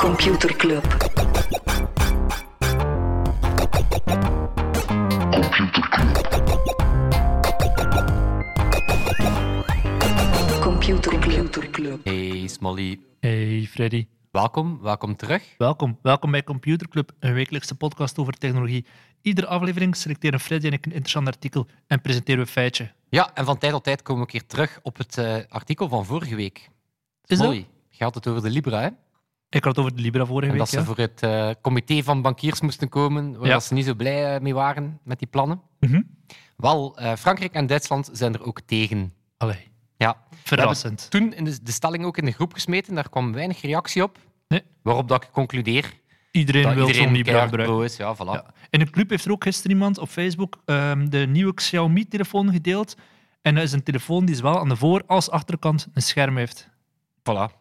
Computer Club. Computer Club. Computer Club. Hey Smolly, Hey Freddy, welkom, welkom terug. welkom. Welkom bij Computer Club, een wekelijkse podcast over technologie. Iedere aflevering selecteren Freddy en ik een interessant artikel en presenteren we een feitje. Ja, en van tijd tot tijd komen we een keer terug op het eh, artikel van vorige week. Is dat? Smolly, gaat het over de Libra, hè? En Ik had het over de Libra vorige week. dat ze ja. voor het eh, comité van bankiers moesten komen, waar Ja. dat ze niet zo blij eh, mee waren met die plannen. Mhm. Wel, eh, Frankrijk en Duitsland zijn er ook tegen. Allee, Ja, verrassend. toen in de, de stelling ook in de groep gesmeten, daar kwam weinig reactie op. Nee. Waarop dat ik concludeer Iedereen dat wil zo'n iedereen Libra keihard gebruiken. pro is. Ja, voilà. Ja. In de club heeft er ook gisteren iemand op Facebook ehm, de nieuwe Xiaomi-telefoon gedeeld. En dat is een telefoon die zowel aan de voor- als achterkant een scherm heeft. voilà.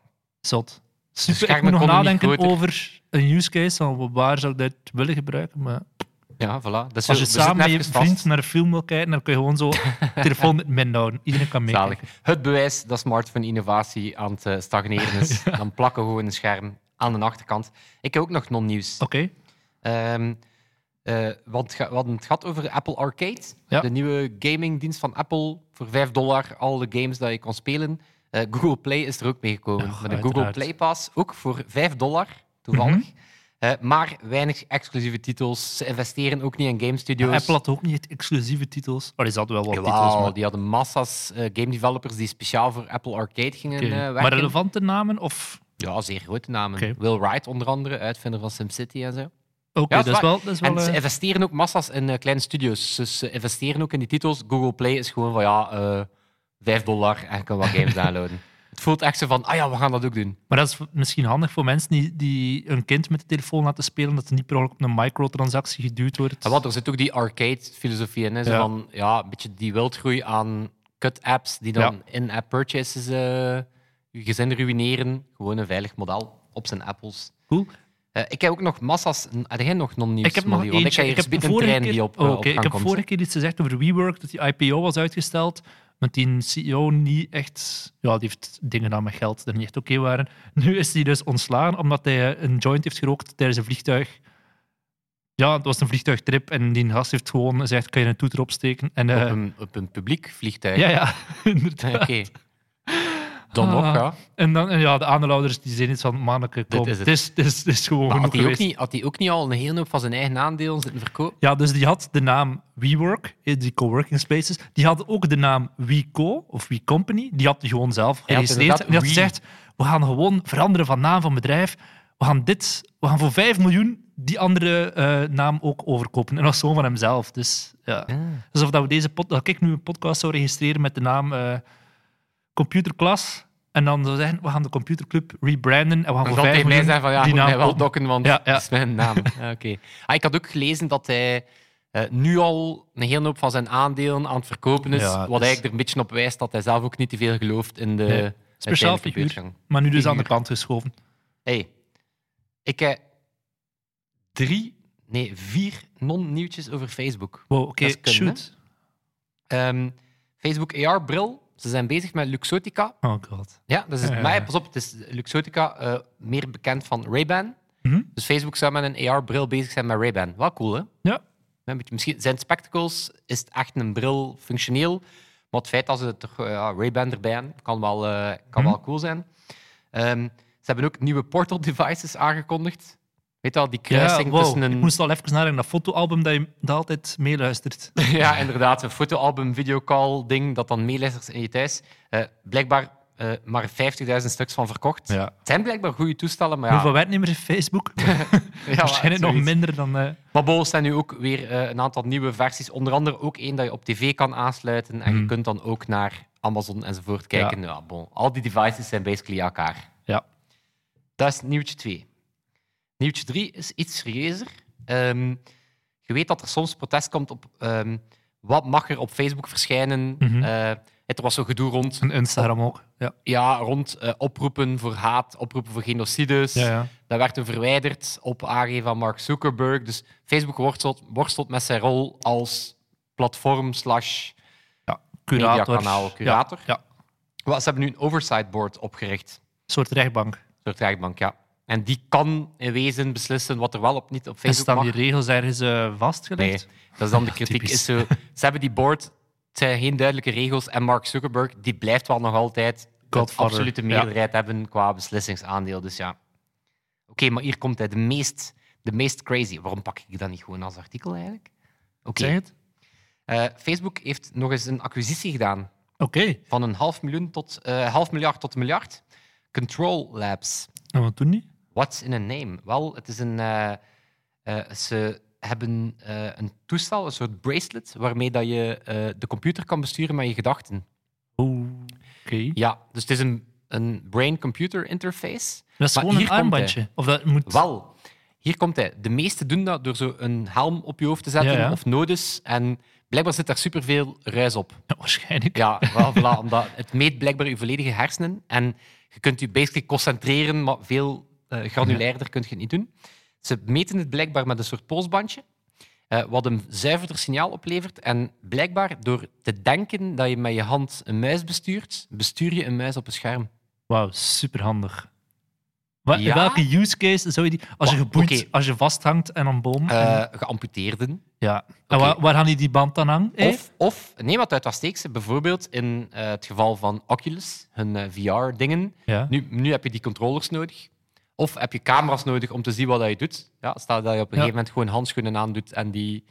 Zot. De Dus ik schermen moet nog konden niet nadenken groter. over een use case van waar zou ik dat willen gebruiken. Maar Ja, voilà. Dus Als je we zitten samen met je even vast. vriend naar een film wil kijken, dan kun je gewoon zo telefoon met min houden. Iedereen kan Zalig. meekijken. Het bewijs dat smartphone-innovatie aan het eh, stagneren is. Dan plakken we gewoon een scherm aan de achterkant. Ik heb ook nog non-nieuws. Oké. Ehm, eh, want ga- we hadden het gehad over Apple Arcade. Ja. De nieuwe gamingdienst van Apple. Voor 5 dollar alle games dat je kon spelen. Eh, Google Play is er ook meegekomen. Ach, Met een Google uiteraard. Mhm. Play Pass. Ook voor 5 dollar, toevallig. Eh, maar weinig exclusieve titels. Ze investeren ook niet in game studios. Apple had ook niet echt exclusieve titels. Oh, die hadden wel wat titels. Jawel, Maar, die hadden massa's eh, game developers die speciaal voor Apple Arcade gingen Oké. eh, werken. maar relevante namen? Of... Ja, zeer grote namen. Oké. Will Wright onder andere, uitvinder van SimCity en zo. Oké, Ja, dat is wel... Dat is wel en ze eh, investeren ook massa's in eh, kleine studios. Dus ze investeren ook in die titels. Google Play is gewoon van ja, eh 5 dollar en je kan wat games downloaden. Het voelt echt zo van, ah ja, we gaan dat ook doen. Maar dat is misschien handig voor mensen die, die een kind met de telefoon laten spelen, dat er niet per ongeluk op een microtransactie geduwd wordt. En wat, er zit ook die arcade-filosofie in. Hè? Zo Ja. van, ja, een beetje die wildgroei aan cut-apps die dan in-app purchases eh je gezin ruïneren. Gewoon een veilig model op zijn appels. Cool. Eh, ik heb ook nog massa's. Heb jij nog non-nieuws? Ik heb nog Molly? Want eentje. ik ga hier ik eens heb een vorige trein keer- die op, Oh, eh, oké, op Ik gang heb komt. vorige keer iets gezegd over WeWork, dat die IPO was uitgesteld. Want die CEO niet echt... Ja, die heeft dingen gedaan met geld die niet echt oké waren. Nu is hij dus ontslagen omdat hij eh, een joint heeft gerookt tijdens een vliegtuig. Ja, het was een vliegtuigtrip en die gast heeft gewoon gezegd, kan je een toeter opsteken? En, eh, op, een, op een publiek vliegtuig. ja, ja, inderdaad. Oké. Dan nog, Ah, ja. En, dan, en ja, de aandeelhouders die zijn iets van, manneke, kom, is het. het is, het is, het is gewoon Maar had genoeg hij, ook geweest. niet, had hij ook niet al een hele hoop van zijn eigen aandelen zitten verkopen? Ja, dus die had de naam WeWork, eh, die coworking spaces. Die had ook de naam WeCo of WeCompany. Die had die gewoon zelf Hij had geregistreerd. En die had inderdaad gezegd, we gaan gewoon veranderen van naam van bedrijf. We gaan dit, we gaan voor 5 miljoen die andere eh, naam ook overkopen. En dat was gewoon van hemzelf. Dus ja. Alsof dat we deze pod- dat ik nu een podcast zou registreren met de naam eh Computerklas. En dan zou zeggen, we gaan de computerclub rebranden. En we gaan Dan voor zal 5 hij blij miljoen zijn van ja, die moet naam mij wel kopen. dokken, want Ja, dat ja. is mijn naam. Ja, oké. ah, ik had ook gelezen dat hij eh, nu al een hele hoop van zijn aandelen aan het verkopen is. Ja, wat dus- eigenlijk er een beetje op wijst dat hij zelf ook niet te veel gelooft in de Nee. uiteindelijke Speciaal figuur, beursgang. maar nu dus aan de Figuur. kant geschoven. Hey, ik eh, heb drie, nee, vier non-nieuwtjes over Facebook. Wow, oké, Dat is kunnen, shoot. Ehm, Facebook AR-bril, ze zijn bezig met Luxotica. Oh god. Ja, dat is het. Ja, ja, Maar ja. ja, pas op, het is Luxotica, eh, meer bekend van Ray-Ban. Mhm. Dus Facebook zou met een AR-bril bezig zijn met Ray-Ban. Wel cool, hè? Ja. Ja, een beetje- misschien zijn het spectacles, is het echt een bril functioneel. Maar het feit dat ze toch eh, ja, Ray-Ban erbij hebben, kan wel, eh, kan Mhm. wel cool zijn. Ehm, ze hebben ook nieuwe Portal devices aangekondigd. Weet je wel, die kruising wow. tussen Ik een... moest al even nadenken, dat fotoalbum dat je dat altijd meeluistert. Ja, inderdaad. Een fotoalbum, videocall, ding dat dan meelezers in je thuis. Eh, blijkbaar eh, maar 50.000 stuks van verkocht. Ja. Het zijn blijkbaar goede toestellen, maar ja. Hoeveel werknemers heeft Facebook? ja, Waarschijnlijk nog zoiets. minder dan... eh, Maar bol staan nu ook weer eh, een aantal nieuwe versies. Onder andere ook één dat je op tv kan aansluiten. En je Mhm. kunt dan ook naar Amazon enzovoort kijken. Ja. bon. Al die devices zijn basically elkaar. ja. Dat is nieuwtje 2. Nieuwtje 3 is iets serieuzer. Ehm, je weet dat er soms protest komt op ehm, wat mag er op Facebook verschijnen. Mhm. Eh, het er was zo gedoe rond, En Instagram ook. Ja. ja, rond eh, oproepen voor haat, oproepen voor genocides. Ja, ja. Dat werd toen verwijderd op aangeven van Mark Zuckerberg. Dus Facebook worstelt, worstelt met zijn rol als platform slash... ja. Curator. Mediakanaal, curator. Ja. ja. Wel, Ze hebben nu een oversight board opgericht. Een soort rechtbank. Een soort rechtbank, ja. En die kan in wezen beslissen wat er wel op niet op En Facebook staan mag. die regels ergens eh, Nee, vastgelegd? dat is dan de Ja, kritiek. typisch. Is zo, ze hebben die board, het zijn geen duidelijke regels. En Mark Zuckerberg die blijft wel nog altijd de Godfather, absolute ja. meerderheid hebben qua beslissingsaandeel. Dus ja. Oké, maar hier komt hij de meest, de meest crazy. Waarom pak ik dat niet gewoon als artikel eigenlijk? Oké. Zeg het? Eh, Facebook heeft nog eens een acquisitie gedaan Oké. van een half, miljoen tot, eh, half miljard tot een miljard. Control Labs. En wat doen die? What's in a name? Wel, het is een. eh, eh, ze hebben eh, een toestel, een soort bracelet, waarmee dat je eh, de computer kan besturen met je gedachten. Oké. Ja, dus het is een, een brain-computer interface. Dat is Maar gewoon hier een komt armbandje. Of dat moet... Wel, hier komt hij. De meesten doen dat door zo een helm op je hoofd te zetten Ja, ja. of nodes. En blijkbaar zit daar superveel ruis op. Ja, waarschijnlijk. Ja, wel, voilà, omdat het meet blijkbaar je volledige hersenen. En je kunt je basically concentreren, maar veel eh, granulairder kun je het niet doen. Ze meten het blijkbaar met een soort polsbandje, eh, wat een zuiverder signaal oplevert. En blijkbaar door te denken dat je met je hand een muis bestuurt, bestuur je een muis op een scherm. Wauw, superhandig. Wa- Ja? Welke use case zou je die... Als je Wa- geboeid, oké. als je vasthangt aan een boom... en- Eh geamputeerden. ja. En waar, waar gaan die die band dan hangen? eh? Of, of nee, wat uit wat steekt ze. Bijvoorbeeld in eh, het geval van Oculus, hun eh, VR-dingen. Ja. Nu, nu heb je die controllers nodig. Of heb je camera's nodig om te zien wat dat je doet. Ja, stel dat je op een Ja. gegeven moment gewoon handschoenen aandoet en die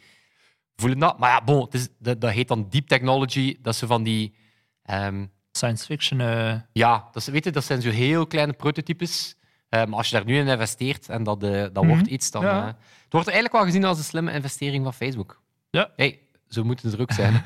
voelen dat. Maar ja, bon, het is, dat, dat heet dan deep technology. Dat ze van die... ehm, Science fiction... eh, ja, dat, is- weet je, dat zijn zo heel kleine prototypes. Eh, maar als je daar nu in investeert en dat, eh, dat wordt iets, dan... Mhm. Ja. eh, het wordt eigenlijk wel gezien als een slimme investering van Facebook. Ja. hey, zo moeten ze er ook zijn.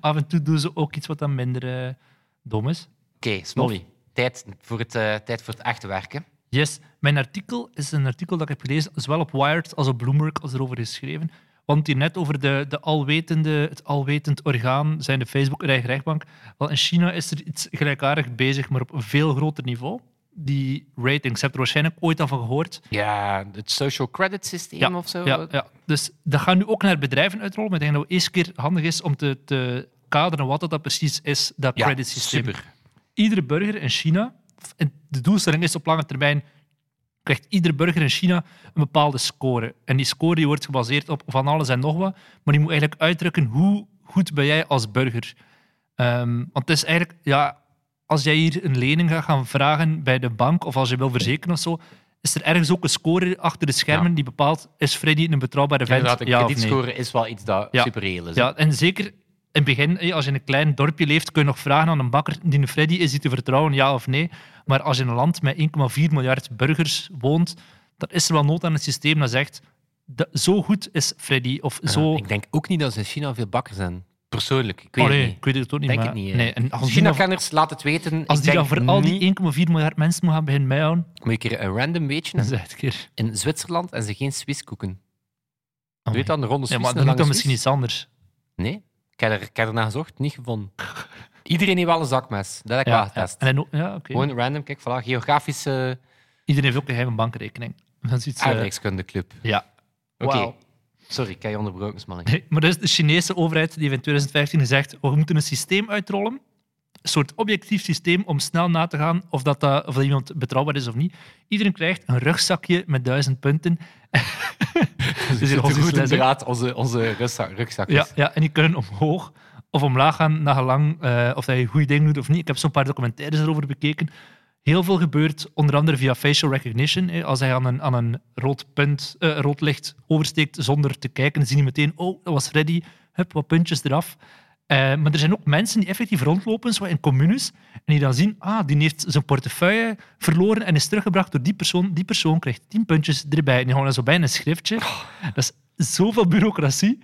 af en toe doen ze ook iets wat dan minder eh, dom is. Oké, Smolly. Tijd voor, het, eh, tijd voor het echte werken. Yes, mijn artikel is een artikel dat ik heb gelezen, zowel op Wired als op Bloomberg als erover geschreven. Want hier net over de, de alwetende, het alwetend orgaan zijn de Facebook en eigen rechtbank. Wel, in China is er iets gelijkaardig bezig, maar op een veel groter niveau. Die ratings, heb je er waarschijnlijk ooit al van gehoord. Ja, het social credit systeem Ja, of zo. Ja, ja. Dus dat gaan nu ook naar bedrijven uitrollen. Maar ik denk dat het eerst keer handig is om te, te kaderen wat dat dan precies is, dat Ja, credit systeem. super. Iedere burger in China, en de doelstelling is op lange termijn, krijgt iedere burger in China een bepaalde score. En die score die wordt gebaseerd op van alles en nog wat, maar die moet eigenlijk uitdrukken hoe goed ben jij als burger. Ehm, want het is eigenlijk, ja, als jij hier een lening gaat gaan vragen bij de bank of als je wil verzekeren of zo, is er ergens ook een score achter de schermen die bepaalt is Freddy een betrouwbare vent? Inderdaad, een ja of nee? kredietscore is wel iets dat Ja. superreëel is. hè. Ja, en zeker in het begin, hé, als je in een klein dorpje leeft, kun je nog vragen aan een bakker die een Freddy is die te vertrouwen, ja of nee. Maar als je in een land met 1,4 miljard burgers woont, dan is er wel nood aan een systeem dat zegt dat, zo goed is Freddy of Ja, zo... Ik denk ook niet dat ze in China veel bakkers zijn. Persoonlijk, ik weet Oh, nee, het niet. ik weet het ook niet. Denk maar, het niet, hè. nee, en als die nog- China-kenners, laat het weten. als ik die denk dan voor al niet- die e- 1,4 miljard mensen moet gaan beginnen meehouden, Moet ik hier een random weetje dan noemen? zeg ik het keer. In Zwitserland en ze geen Swiss koeken. Oh Doe je my- dan de ronde Ja, Swiss? maar een dan lange doet dat misschien Swiss? iets anders. Nee, ik heb, er, ik heb ernaar gezocht, niet gevonden. Iedereen heeft wel een zakmes. Dat heb ik wel Ja, ja. getest. En dan- ja, oké. Gewoon random, kijk, voilà, geografische Iedereen heeft ook een geheime bankrekening. Dat is iets... eh, aardrijkskundeclub. ja. Oké. Wauw. Sorry, ik heb je onderbroken, Smalling. Nee, maar dat is de Chinese overheid die heeft in 2015 gezegd we moeten een systeem uitrollen, een soort objectief systeem om snel na te gaan of, dat, dat, of dat iemand betrouwbaar is of niet. Iedereen krijgt een rugzakje met duizend punten. Dus hier de onze goede les, hè? draad, onze, onze rugza- rugzakjes. Ja, ja, en die kunnen omhoog of omlaag gaan, naar gelang eh, of dat je een goed ding doet of niet. Ik heb zo'n paar documentaires erover bekeken. Heel veel gebeurt, onder andere via facial recognition. hè. Als hij aan een, aan een rood, punt, eh, rood licht oversteekt zonder te kijken, dan zie je meteen, oh, dat was Freddy, hup, wat puntjes eraf. Eh, maar er zijn ook mensen die effectief rondlopen, zo in communes, en die dan zien, ah, die heeft zijn portefeuille verloren en is teruggebracht door die persoon. Die persoon krijgt tien puntjes erbij. En die gaan dan zo bij in een schriftje. Dat is zoveel bureaucratie.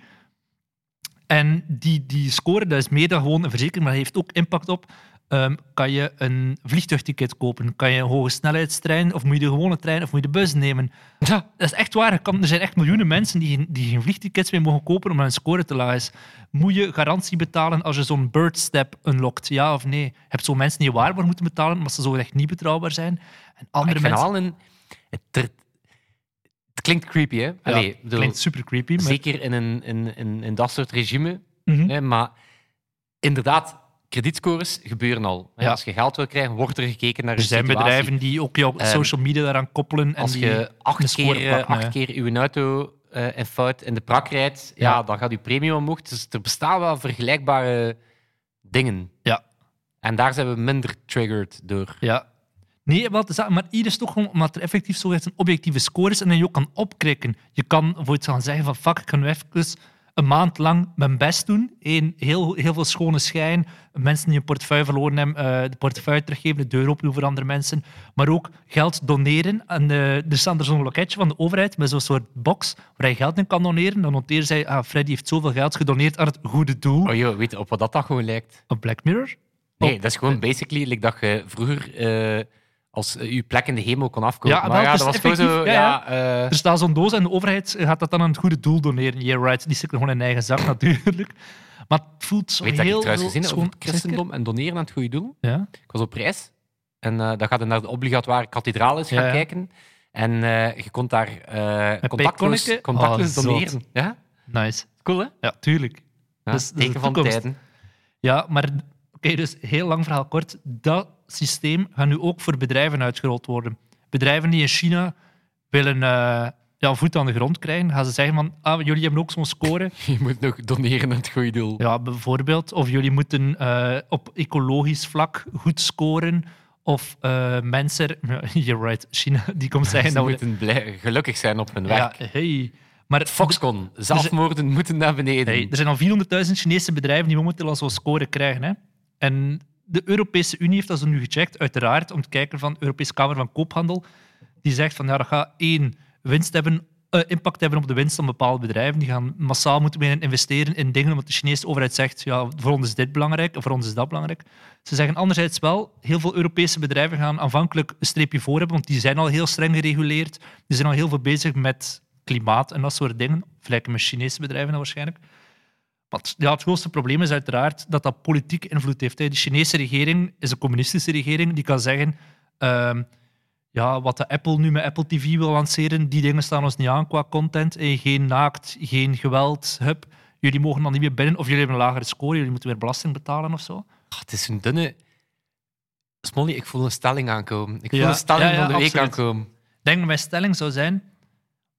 En die, die score, dat is meer dan gewoon een verzekering, maar dat heeft ook impact op. Ehm, kan je een vliegtuigticket kopen? Kan je een hoge snelheidstrein? Of moet je de gewone trein of moet je de bus nemen? Ja. Dat is echt waar. Je kan- er zijn echt miljoenen mensen die, geen- die geen vliegtickets meer mogen kopen omdat hun score te laag is. Moet je garantie betalen als je zo'n bird step unlockt? Ja of nee? Je hebt zo mensen die waarborg moeten betalen omdat ze zo echt niet betrouwbaar zijn. En Maar andere Ah, ik vind wel mensen... een... Het, ter- het klinkt creepy, hè? Ja, Allee, ik bedoel, klinkt super creepy, maar... Zeker in, een, in, in, in dat soort regime. Mhm. Hè? Maar inderdaad, kredietscores gebeuren al. Ja. Als je geld wil krijgen, wordt er gekeken naar Er je zijn situatie. bedrijven die ook jouw Ehm, social media daaraan koppelen. En Als die je een acht score keer, eh, plakken, acht hè. keer uw auto eh in fout in de prak rijdt, ja. Ja. dan gaat je premie omhoog. Dus er bestaan wel vergelijkbare dingen. Ja. En daar zijn we minder triggered door. Ja. Nee, wel te zeggen, maar hier is toch gewoon omdat er effectief zo echt een objectieve score is en dat je ook kan opkrikken. Je kan voor iets gaan zeggen van fuck, ik ga nu even dus een maand lang mijn best doen. Eén, heel, heel veel schone schijn. Mensen die hun portefeuille verloren hebben, eh, de portefeuille teruggeven, de deur openen voor andere mensen. Maar ook geld doneren. En eh, er staat er zo'n loketje van de overheid met zo'n soort box waar je geld in kan doneren. Dan noteren zij, ah, Freddy heeft zoveel geld gedoneerd aan het goede doel. Oh joh, weet je op wat dat dan gewoon lijkt? Op Black Mirror. Nee, Op- dat is gewoon basically like dat je vroeger eh, als eh, je plek in de hemel kon afkomen. Ja, maar wel, ja, dus dat was gewoon zo... effectief, ja, Ja, eh, Er staat zo'n doos en de overheid gaat dat dan aan het goede doel doneren. Yeah, right. Die stikken gewoon in eigen zak, natuurlijk. Maar het voelt zo weet dat ik heel trouwens veel gezien heb over schoon- het christendom en doneren aan het goede doel? Ja. Ik was op reis en eh, dan gaat je naar de obligatoire kathedraal eens gaan Ja. kijken. En eh, je kon daar eh contactloos, peetkonniken? contactloos Oh, zot. doneren. Ja? Nice. Cool, hè? Ja, tuurlijk. Ja, Dus- dus de teken van toekomst. tijden. Ja, maar oké, dus heel lang verhaal kort. Dat systeem gaat nu ook voor bedrijven uitgerold worden. Bedrijven die in China willen eh, ja, voet aan de grond krijgen, gaan ze zeggen van ah, jullie hebben ook zo'n score. Je moet nog doneren aan het goede doel. Ja, bijvoorbeeld. Of jullie moeten eh, op ecologisch vlak goed scoren. Of eh, mensen... Ja, You're right. China, die komt zeggen Ze dat we... moeten blij- gelukkig zijn op hun Ja, werk. hey. Maar Foxconn, zelfmoorden moeten naar beneden. hey, er zijn al 400.000 Chinese bedrijven die momenteel al zo'n score krijgen. Hè? En de Europese Unie heeft dat zo nu gecheckt, uiteraard, om te kijken van de Europese Kamer van Koophandel. Die zegt van, ja, dat gaat één winst hebben, eh, impact hebben op de winst van bepaalde bedrijven. Die gaan massaal moeten beginnen investeren in dingen, omdat de Chinese overheid zegt, ja, voor ons is dit belangrijk, voor ons is dat belangrijk. Ze zeggen anderzijds wel, heel veel Europese bedrijven gaan aanvankelijk een streepje voor hebben, want die zijn al heel streng gereguleerd. Die zijn al heel veel bezig met klimaat en dat soort dingen. Vergelijken met Chinese bedrijven dan waarschijnlijk. Want ja, het grootste probleem is uiteraard dat dat politiek invloed heeft. Hè. De Chinese regering is een communistische regering die kan zeggen... ehm, ja, wat de Apple nu met Apple TV wil lanceren, die dingen staan ons niet aan qua content. Eh, Geen naakt, geen geweld, hup. Jullie mogen dan niet meer binnen, of jullie hebben een lagere score, jullie moeten weer belasting betalen of zo. Ah, het is een dunne... Smolly, ik voel een stelling aankomen. Ik voel Ja. een stelling Ja, ja, van de week absoluut. aankomen. Ik denk dat mijn stelling zou zijn: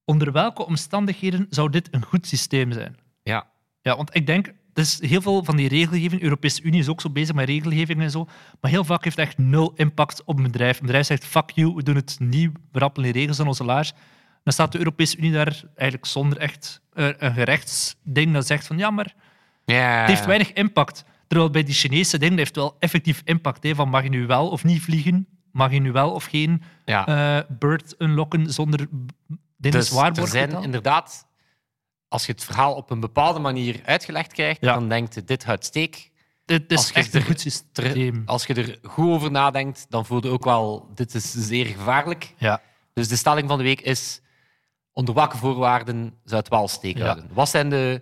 onder welke omstandigheden zou dit een goed systeem zijn? Ja. Ja, want ik denk, dus heel veel van die regelgeving, de Europese Unie is ook zo bezig met regelgeving en zo, maar heel vaak heeft het echt nul impact op een bedrijf. Een bedrijf zegt, fuck you, we doen het niet, we rappelen die regels aan onze laars. Dan staat de Europese Unie daar eigenlijk zonder echt eh, een gerechtsding dat zegt van, ja, maar Ja. het heeft weinig impact. Terwijl bij die Chinese dingen heeft het wel effectief impact, hè, van mag je nu wel of niet vliegen, mag je nu wel of geen Ja. eh, bird unlocken zonder dingen Dus zwaar er zijn inderdaad, als je het verhaal op een bepaalde manier uitgelegd krijgt, Ja. dan denkt je, dit houdt steek. Het is als je echt een er- goed Ter- systeem. als je er goed over nadenkt, dan voel je ook wel, dit is zeer gevaarlijk. Ja. Dus de stelling van de week is, onder welke voorwaarden zou het wel steek Ja. houden? Wat, zijn de,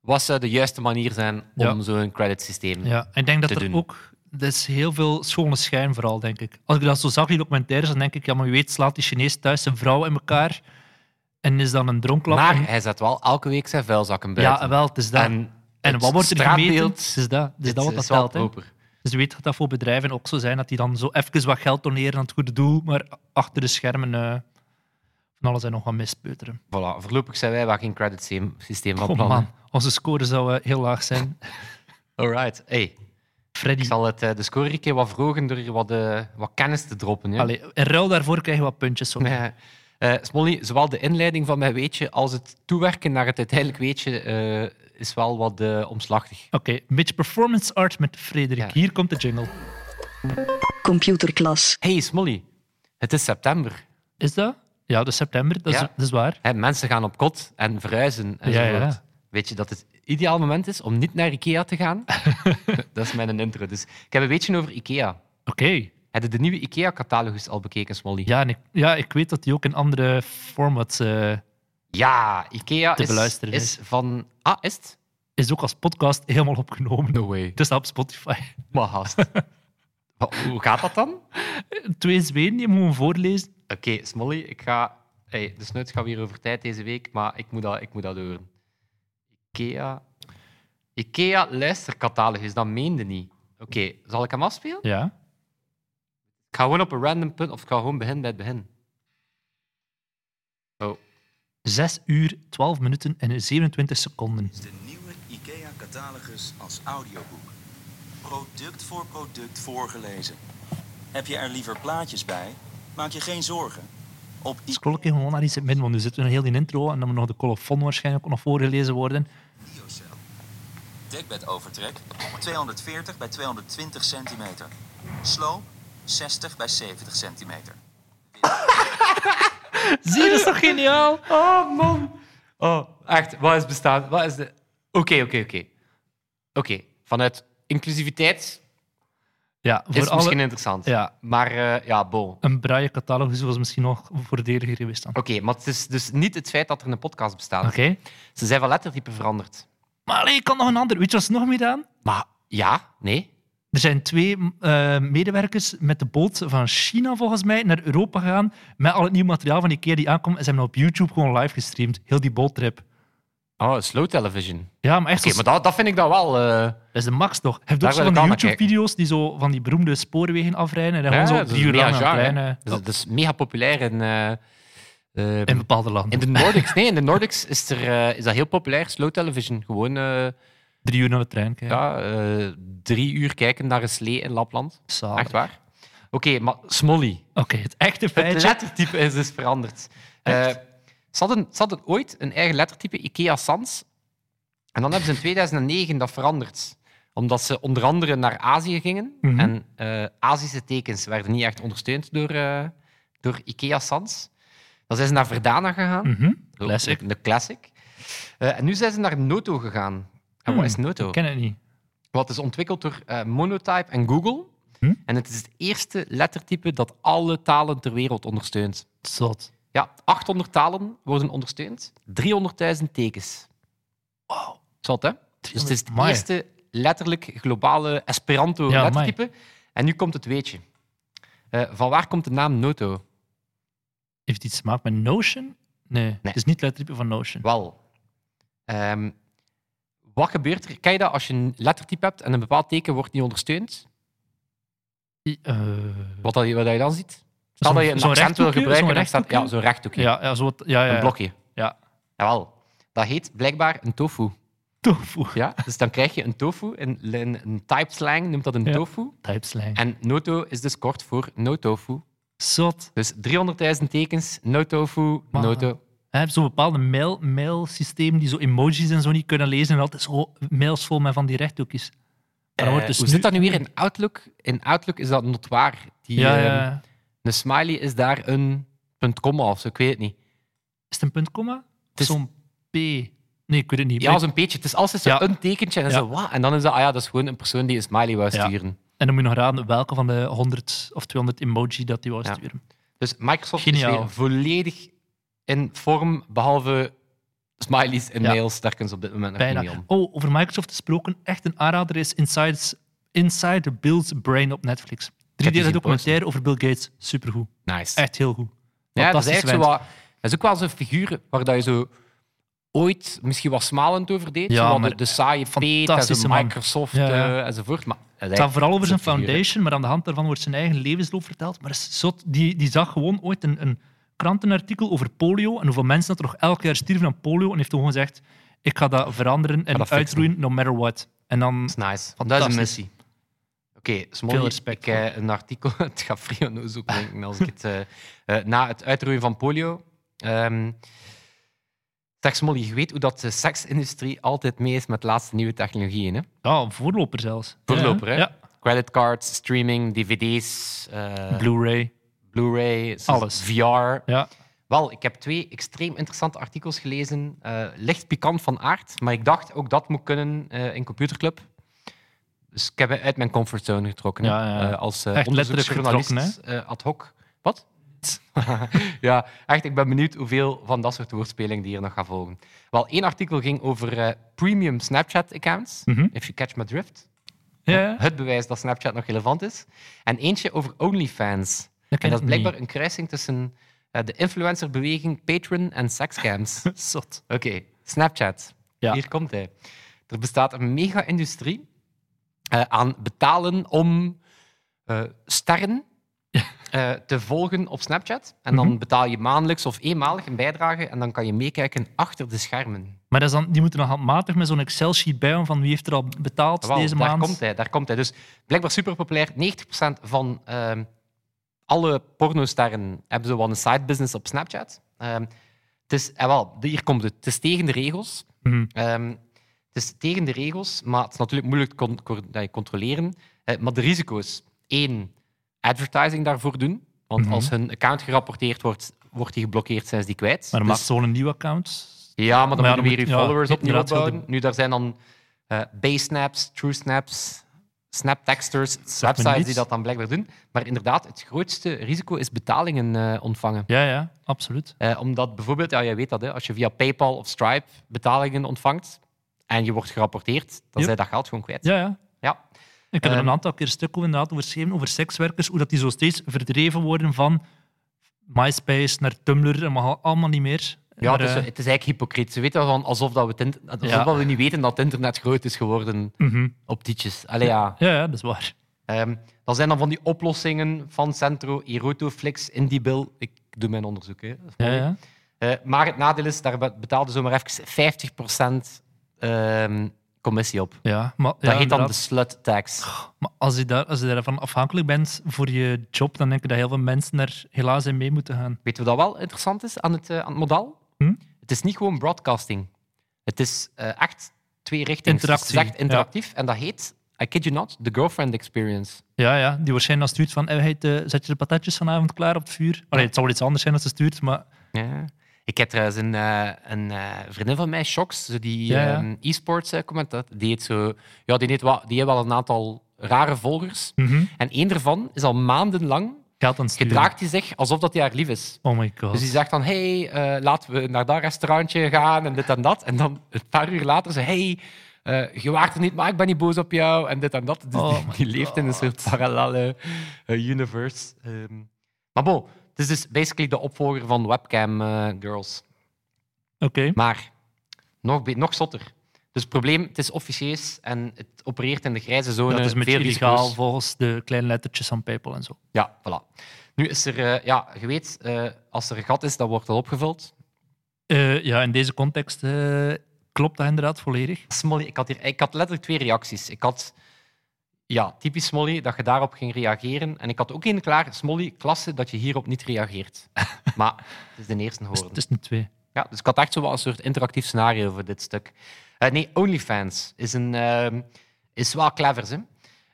wat zou de juiste manier zijn om Ja. zo'n creditsysteem... Ja, en ik denk dat te er doen. ook... Er is heel veel schone schijn vooral, denk ik. Als ik dat zo zag, die documentaires, dan denk ik, ja, maar wie weet slaat die Chinees thuis zijn vrouw in elkaar en is dan een dronklap. Maar en- hij zet wel elke week zijn vuilzakken buiten. ja, wel, het is dat. En, en, wat wordt er gemeten? straatbeeld, Het is dat, het is dit dat wat dat wel telt. hè. proper. Dus je weet dat dat voor bedrijven ook zo zijn, dat die dan zo even wat geld doneren aan het goede doel, maar achter de schermen eh, van alles en nog wat mispeuteren. Voilà, voorlopig zijn wij wel geen creditsysteem systeem van Oh plan. man, onze score zou eh, heel laag zijn. Alright, hey. Ik Freddy, zal het, eh, de score een keer wat verhogen door hier wat, eh, wat kennis te droppen. Hè? allee, in ruil daarvoor krijg je wat puntjes. hoor. Ja. Eh, Smolly, zowel de inleiding van mijn weetje als het toewerken naar het uiteindelijk weetje eh, is wel wat eh, omslachtig. Oké, een beetje performance art met Frederik. Ja. Hier komt de jingle. computerklas, Hey Smolly, het is september. Is dat? Ja, dus september, dat is, Ja. dat is waar. Hè, mensen gaan op kot en verhuizen en Ja, zo. ja. Weet je dat het ideaal moment is om niet naar Ikea te gaan? dat is mijn intro. Dus ik heb een weetje over Ikea. Oké. Heb je de nieuwe Ikea-catalogus al bekeken, Smolly? Ja, en ik, ja, ik weet dat die ook in andere formats eh, Ja, Ikea Te is, beluisteren is van... Ah, is het? is ook als podcast helemaal opgenomen. No way. Het is op Spotify. Maar haast. Wat- Hoe gaat dat dan? Oké, Twee Zweden, die moeten we voorlezen. Smolly, ik ga... Hey, de snuit gaat weer over tijd deze week, maar ik moet dat, ik moet dat door. Ikea... Ikea luistercatalogus, dat meende niet. Oké, zal ik hem afspelen? Ja. Ik ga gewoon op een random punt, of ik ga gewoon beginnen bij het begin. 6 uur, 12 minuten en 27 seconden. is de nieuwe IKEA-catalogus als audioboek. Product voor product voorgelezen. Heb je er liever plaatjes bij? Maak je geen zorgen. Op Scroll ik gewoon naar iets in het midden, want nu zitten we nog heel die intro en dan moet nog de colofon waarschijnlijk ook nog voorgelezen worden. IKEA-cel. Dekbed overtrek 240 bij 220 centimeter. Sloop 60 bij 70 centimeter. Zie je, dat is toch geniaal? Oh, man. Oh, echt. Wat is bestaan? Wat is de... Oké, oké, oké. Oké, vanuit inclusiviteit Ja, is voor het alle... misschien interessant. ja, Maar eh, ja, bon. Oké, een braille catalogus was misschien nog voordeliger geweest dan. maar het is dus niet het feit dat er een podcast bestaat. Oké. Ze zijn van lettertype veranderd. Maar allee, ik kan nog een ander. Weet je wat ze nog meer gedaan? Maar ja, nee. Er zijn twee eh, medewerkers met de boot van China, volgens mij, naar Europa gegaan met al het nieuwe materiaal van Ikea die aankomt. En ze hebben op YouTube gewoon live gestreamd. Heel die boottrip. Oh, slow television. Oké, Ja, maar echt, zo- maar dat, dat vind ik dan wel. eh, dat is de max toch. Je hebt Daar ook zo wil van ik die al naar kijken. YouTube-video's die zo van die beroemde spoorwegen afrijden. En dan ja, gewoon dat zo is drie uur mega lang aan het genre, hè. rijden, Dat is, dat is mega populair in, eh, eh, in bepaalde landen. in de Nordics. Nee, in de Nordics is, er, eh, is dat heel populair. Slow television. Gewoon eh, Drie uur naar de trein kijken. ja, eh, drie uur kijken naar een slee in Lapland. Zalig. Echt waar. Oké, maar Smolly. Oké, het echte Het feitje. lettertype is dus veranderd. Eh, Echt? ze, hadden, ze hadden ooit een eigen lettertype, IKEA Sans. En dan hebben ze in 2009 dat veranderd. Omdat ze onder andere naar Azië gingen. Mhm. En eh, Azische tekens werden niet echt ondersteund door, eh, door IKEA Sans. Dan zijn ze naar Verdana gegaan. Mhm. Zo, classic. Een, een classic. Eh, en nu zijn ze naar Noto gegaan. En Hmm, wat is Noto? Ik ken het niet. Wat is ontwikkeld door eh, Monotype en Google. Hm? En het is het eerste lettertype dat alle talen ter wereld ondersteunt. Zot. Ja, 800 talen worden ondersteund. 300.000 tekens. Wauw. Zat, hè? Dus het is het Amai. eerste letterlijk globale Ja, amai. Esperanto-lettertype. en nu komt het weetje. Eh van waar komt de naam Noto? Heeft iets te maken met Notion? Nee, het is niet lettertype van Notion. Wel, ehm, wat gebeurt er? Ken je dat als je een lettertype hebt en een bepaald teken wordt niet ondersteund? I- eh, Wat, dat je, wat dat je dan ziet? Stel dat je een zo'n accent wil rechthoekje, gebruiken, zo'n dan staat ja, rechthoekje. zo'n rechthoekje, ja, ja, zo wat, ja, ja. een blokje. Ja. Jawel, dat heet blijkbaar een tofu. Tofu. Ja, dus dan krijg je een tofu. In, in, in type slang noemt dat een Ja. tofu. Typeslang. En noto is dus kort voor no tofu. Zot. Dus 300.000 tekens, no tofu, Maar- noto. Hij heeft zo'n bepaalde mail, mailsysteem die zo emojis en zo niet kunnen lezen. En altijd zo mails vol met van die rechthoekjes. Maar dan wordt Eh, dus hoe nu- zit dat nu weer in Outlook? In Outlook is dat notwaar. Die, Ja, ehm, ja. Een smiley is daar een punt komma of zo, ik weet het niet. Is het een punt, komma? is- Zo'n P. Nee, ik weet het niet. Ja, als een beetje. Het is altijd zo Ja. een tekentje en Ja. zo wat. En dan is dat, ah ja, dat is gewoon een persoon die een smiley wou Ja. sturen. En dan moet je nog raden welke van de 100 of 200 emoji dat die wou Ja. sturen. Dus Microsoft is Geniaal. weer volledig in vorm, behalve smileys en Ja. mails. Daar kunnen ze op dit moment nog niet Bijna. om. Oh, over Microsoft gesproken. Echt een aanrader is Inside's, Inside Bill's Brain op Netflix. heb die Driedelige zien documentaire over Bill Gates. Supergoed. Nice. Echt heel goed. Ja, dat is, Fantastisch eigenlijk zo vent. wat- dat is ook wel zo'n figuur waar dat je zo ooit misschien wat smalend over deed. Ja, zo wat de, maar de saaie peet en fantastische zo man. Microsoft Ja, ja. eh, enzovoort. Maar hij Het gaat vooral over zijn dat is een figuur, foundation, maar aan de hand daarvan wordt zijn eigen levensloop verteld. Maar zot, die, die zag gewoon ooit een, een krantenartikel over polio en hoeveel mensen dat er nog elk jaar stierven aan polio. En heeft toen gewoon gezegd, ik ga dat veranderen en dat fixen. uitroeien, no matter what. En dan... is nice. Dat is een Fantastisch. missie. Oké, Smolly, Veel respect ik, eh, een artikel... het gaat vrij onnozel klinken als ik het... eh, eh, na het uitroeien van polio... ehm Zeg Smolly, je weet hoe dat de seksindustrie altijd mee is met de laatste nieuwe technologieën. Hè? Ja, een voorloper zelfs. Voorloper, ja. hè? Ja. Creditcards, streaming, dvd's, eh, Blu-ray. Blu-ray, Alles. VR. Ja. Wel, ik heb twee extreem interessante artikels gelezen. eh, licht pikant van aard, maar ik dacht ook dat moet kunnen eh, in Computerclub. Dus ik heb het uit mijn comfortzone getrokken. hè. Ja, ja, ja. Eh, als eh Echt onderzoeksjournalist letterlijk eh, ad hoc. Wat? ja, echt, ik ben benieuwd hoeveel van dat soort woordspeling die hier nog gaan volgen. Wel, één artikel ging over eh, premium Snapchat-accounts. Mhm. If you catch my drift. Ja. Het bewijs dat Snapchat nog relevant is. En eentje over OnlyFans. Dat En ken dat is ik niet. blijkbaar een kruising tussen eh, de influencerbeweging, Patreon en sekscams. Oké, Zot. Snapchat. Ja. Hier komt hij. Er bestaat een mega-industrie eh, aan betalen om eh, sterren eh, te volgen op Snapchat. En dan Mhm. betaal je maandelijks of eenmalig een bijdrage en dan kan je meekijken achter de schermen. Maar dat is dan, die moeten nog handmatig met zo'n Excel-sheet bij om van wie heeft er al betaald Wel, deze daar maand. Komt hij, daar komt hij. Dus blijkbaar super populair. 90% van ehm, alle pornosterren hebben zo wel een side business op Snapchat. Ehm, het is, eh, wel, hier komt het. Het is tegen de regels. Mhm. Ehm, het is tegen de regels, maar het is natuurlijk moeilijk te con- cor- dat je controleren. Eh, maar de risico's. Eén, advertising daarvoor doen. Want Mhm. als hun account gerapporteerd wordt, wordt die geblokkeerd, zijn ze die kwijt. Maar dan Dus- maakt zo'n nieuw account. ja, maar dan Maar ja, moeten dan weer moet- je ja, followers opnieuw inderdaad, heel de- opbouwen. Nu, daar zijn dan eh base snaps, true snaps, snap texters, websites die niets. dat dan blijkbaar doen. Maar inderdaad, het grootste risico is betalingen eh, ontvangen. Ja, ja, absoluut. Eh, omdat bijvoorbeeld, ja, jij weet dat, hè, als je via PayPal of Stripe betalingen ontvangt en je wordt gerapporteerd, dan Yep. zijn dat geld gewoon kwijt. Ja, ja. Ja. Ik heb er Ehm. een aantal keer stuk over, inderdaad, over geschreven, over sekswerkers, hoe dat die zo steeds verdreven worden van MySpace naar Tumblr en mag al- allemaal niet meer. Ja, Maar, dus, eh, eh, het is eigenlijk hypocriet. Ze weten wel van alsof, dat we, het in- alsof Ja. dat we niet weten dat het internet groot is geworden mhm. op tietjes. Allee, ja. ja, ja, dat is waar. Ehm dat zijn dan van die oplossingen van Centro, Erotoflix, Indibil. Ik doe mijn onderzoek. Hè. Dat is Ja, mooi. ja. Eh, maar het nadeel is, daar be- betaalden ze maar even 50% ehm, commissie op. ja, maar, Dat ja, heet dan de inderdaad. slut tax. Maar als je, daar, als je daarvan afhankelijk bent voor je job, dan denk ik dat heel veel mensen daar helaas in mee moeten gaan. Weet je wat wel interessant is aan het, eh, aan het model? Hm? Het is niet gewoon broadcasting. Het is eh, echt twee richtingen. Interactie, Het is echt interactief. En dat heet, I kid you not, the girlfriend experience. Ja, ja, die waarschijnlijk dan stuurt van hey, heet, eh, zet je de patatjes vanavond klaar op het vuur? Allee, het zal wel iets anders zijn als ze stuurt, maar Ja. Ik heb trouwens een, eh, een eh, vriendin van mij, Shox, zo die Ja, ja. ehm, e-sports eh, commentator, die heeft zo, ja, die heeft wel, die heeft wel een aantal rare volgers. Mhm. En één daarvan is al maandenlang gaat dan sturen. gedraagt hij zich alsof dat hij haar lief is. Oh my god. Dus die zegt dan, hey, eh, laten we naar dat restaurantje gaan en dit en dat. En dan een paar uur later ze, hey, eh, je waart er niet, maar ik ben niet boos op jou en dit en dat. Dus Oh die, my die leeft in een soort parallele eh, universe. Ehm, maar bon, het is dus basically de opvolger van webcam eh, girls. Oké. Maar nog, be- nog zotter. Dus het probleem, het is officieus en het opereert in de grijze zone. Dat is met eh, veel illegaal risico's. volgens de kleine lettertjes van PayPal en zo. Ja, voilà. Nu is er, eh, ja, je weet, eh, als er een gat is, dan wordt dat opgevuld. Eh, ja, in deze context eh, klopt dat inderdaad volledig. Smolly, ik had, hier, ik had letterlijk twee reacties. Ik had, ja, typisch Smolly, dat je daarop ging reageren. En ik had ook één klaar, Smolly, klasse, dat je hierop niet reageert. maar het is de eerste Dus horen. het is een twee. Ja, dus ik had echt zo wel een soort interactief scenario voor dit stuk. Eh, nee, OnlyFans is, een, ehm, is wel clever, hè? Het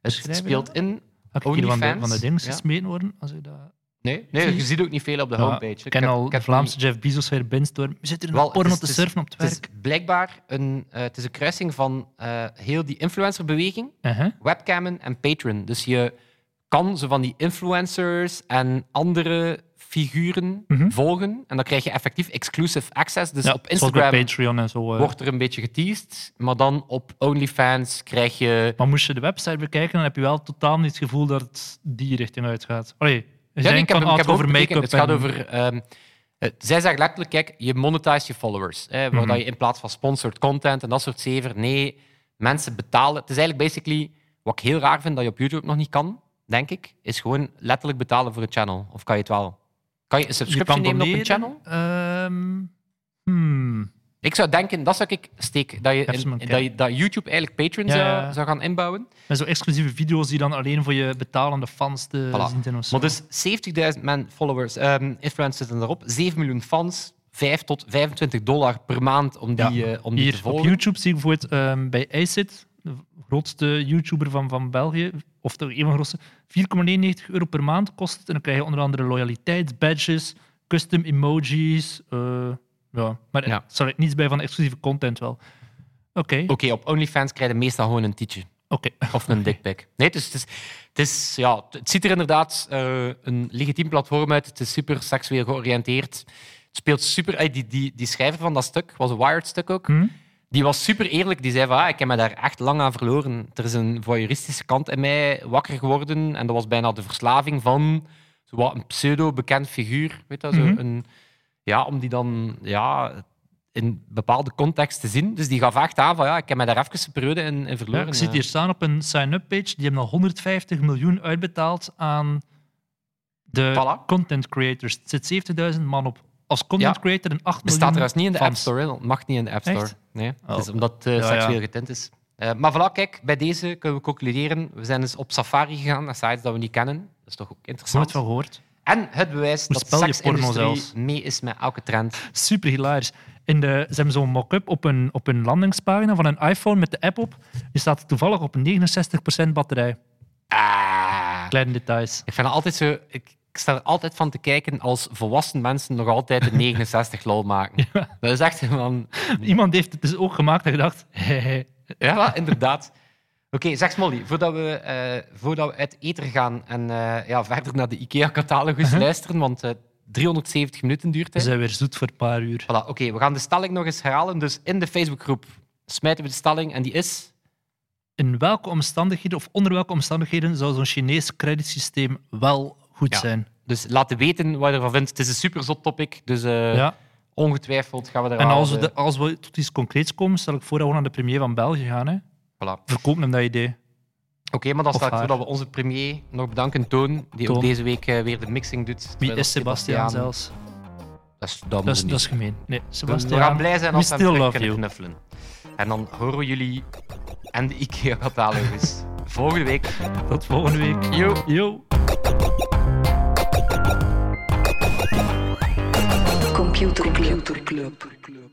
Beschrijf je speelt in... Had ik hier van de, OnlyFans? van de dingen Ja. gesmeten worden? Als ik dat... Nee, nee, je ziet ook niet veel op de Ja, homepage. hè. ik ken heb- al ik heb de Vlaamse Jeff Bezos weer binnenstorm. We zitten in Wel, een het porno is- te het is- surfen op het Het is werk. blijkbaar een, eh, het is een kruising van eh, heel die influencerbeweging, Uh-huh. webcammen en Patreon. Dus je kan zo van die influencers en andere figuren Mhm. volgen. En dan krijg je effectief exclusive access. Dus Ja, op zoals bij Instagram Patreon en zo. eh. wordt er een beetje geteased, maar dan op OnlyFans krijg je... Maar moest je de website bekijken, dan heb je wel totaal niet het gevoel dat het die richting uitgaat. Allee, je Ja, nee, denkt van, hem- ah, het hem over ook make-up. bekeken. Het gaat en- over... ehm, eh, zij zeggen letterlijk, kijk, je monetize je followers. Hè, waar Mhm. dat je in plaats van sponsored content en dat soort zever... Nee, mensen betalen... Het is eigenlijk basically... Wat ik heel raar vind dat je op YouTube nog niet kan, denk ik, is gewoon letterlijk betalen voor een channel. Of kan je het wel? Kan je een Je subscription kan nemen op een doneren. channel? Ehm, hmm. Ik zou denken, dat zou ik steken, dat, je, Even in- maar dat, kijken. je, dat YouTube eigenlijk Patreon Ja, zou, ja, ja. zou gaan inbouwen. En zo exclusieve video's die dan alleen voor je betalende fans te Voilà. zien zijn of zo. Maar dus 70.000 men followers, ehm, influencers en daarop, 7 miljoen fans, 5 tot 25 dollar per maand om die, Ja. eh, om die te Hier op volgen. YouTube zie ik bijvoorbeeld ehm, bij ACID, de grootste YouTuber van, van België, of de een van de grootste, 4,99 euro per maand kost het. En dan krijg je onder andere loyaliteitsbadges, custom emojis. eh, ja. Maar Ja. ja. sorry, niets bij van exclusieve content wel. Oké, Oké, op OnlyFans krijg je meestal gewoon een tietje oké. of een dickpic. Nee, dus het, is, het, is, ja, het- het ziet er inderdaad eh, een legitiem platform uit. Het is super seksueel georiënteerd. Het speelt super... eh, die, die, die schrijver van dat stuk, was een Wired stuk ook, Hm? Die was super eerlijk. Die zei van, ah, ik heb me daar echt lang aan verloren. Er is een voyeuristische kant in mij wakker geworden. En dat was bijna de verslaving van zo wat een pseudo-bekend figuur. Weet dat, zo Mhm. een, ja, om die dan ja, in bepaalde context te zien. Dus die gaf echt aan van ja, ik heb mij daar even een periode in, in verloren. ik zit hier Eh, staan op een sign-up page. Die hebben al 150 miljoen uitbetaald aan de Voilà. content creators. Er zit 70.000 man op. Als content Ja. creator en 8 miljoen Bestaat trouwens niet in de fans. App Store, hè. Dat mag niet in de App Store. Echt? Nee, het Oh. is omdat het Ja, ja. seksueel getint is. Eh, maar voilà, kijk, bij deze kunnen we concluderen. We zijn eens op safari gegaan naar sites dat we niet kennen. Dat is toch ook Nooit interessant. van gehoord. En het bewijs Hoe dat spel je porno seksindustrie zelfs? mee is met elke trend. Super hilarisch. In de, ze hebben zo'n mock-up op een, op een landingspagina van een iPhone met de app op. Die staat toevallig op 69% batterij. Ah. Kleine details. Ik vind het altijd zo. Ik, ik sta er altijd van te kijken als volwassen mensen nog altijd de 69 lol maken. Dat is echt van. Iemand heeft het dus ook gemaakt en gedacht... hehe. Ja, inderdaad. Oké, zeg Smolly, voordat we, eh, voordat we uit eten gaan en eh, ja, verder naar de IKEA-catalogus Mhm. luisteren, want eh, 370 minuten duurt We het. zijn weer zoet voor een paar uur. Voilà, Oké, we gaan de stelling nog eens herhalen. Dus in de Facebookgroep smijten we de stelling en die is. In welke omstandigheden of onder welke omstandigheden zou zo'n Chinees creditsysteem wel goed Ja. zijn? Dus laten weten wat je ervan vindt. Het is een super zot topic, dus eh, Ja. ongetwijfeld gaan we daar En wel, als we, eh, de- als we tot iets concreets komen, stel ik voor dat we naar de premier van België gaan. Hè. voilà. Verkoop hem dat idee. Oké, maar dan Of stel ik voor haar. dat we onze premier nog bedanken, Toon, die ook Toon. deze week eh, weer de mixing doet. Wie terwijl is Sebastiaan zelfs? Dat is, dat Dat moet is, niet. dat is gemeen. Nee, We- Sebastiaan. we gaan blij zijn als we we hem terug still love kunnen you. knuffelen. En dan horen we jullie en de IKEA-catalogus volgende week. Tot volgende week. Yo. Yo. Computer Club. Computer Club.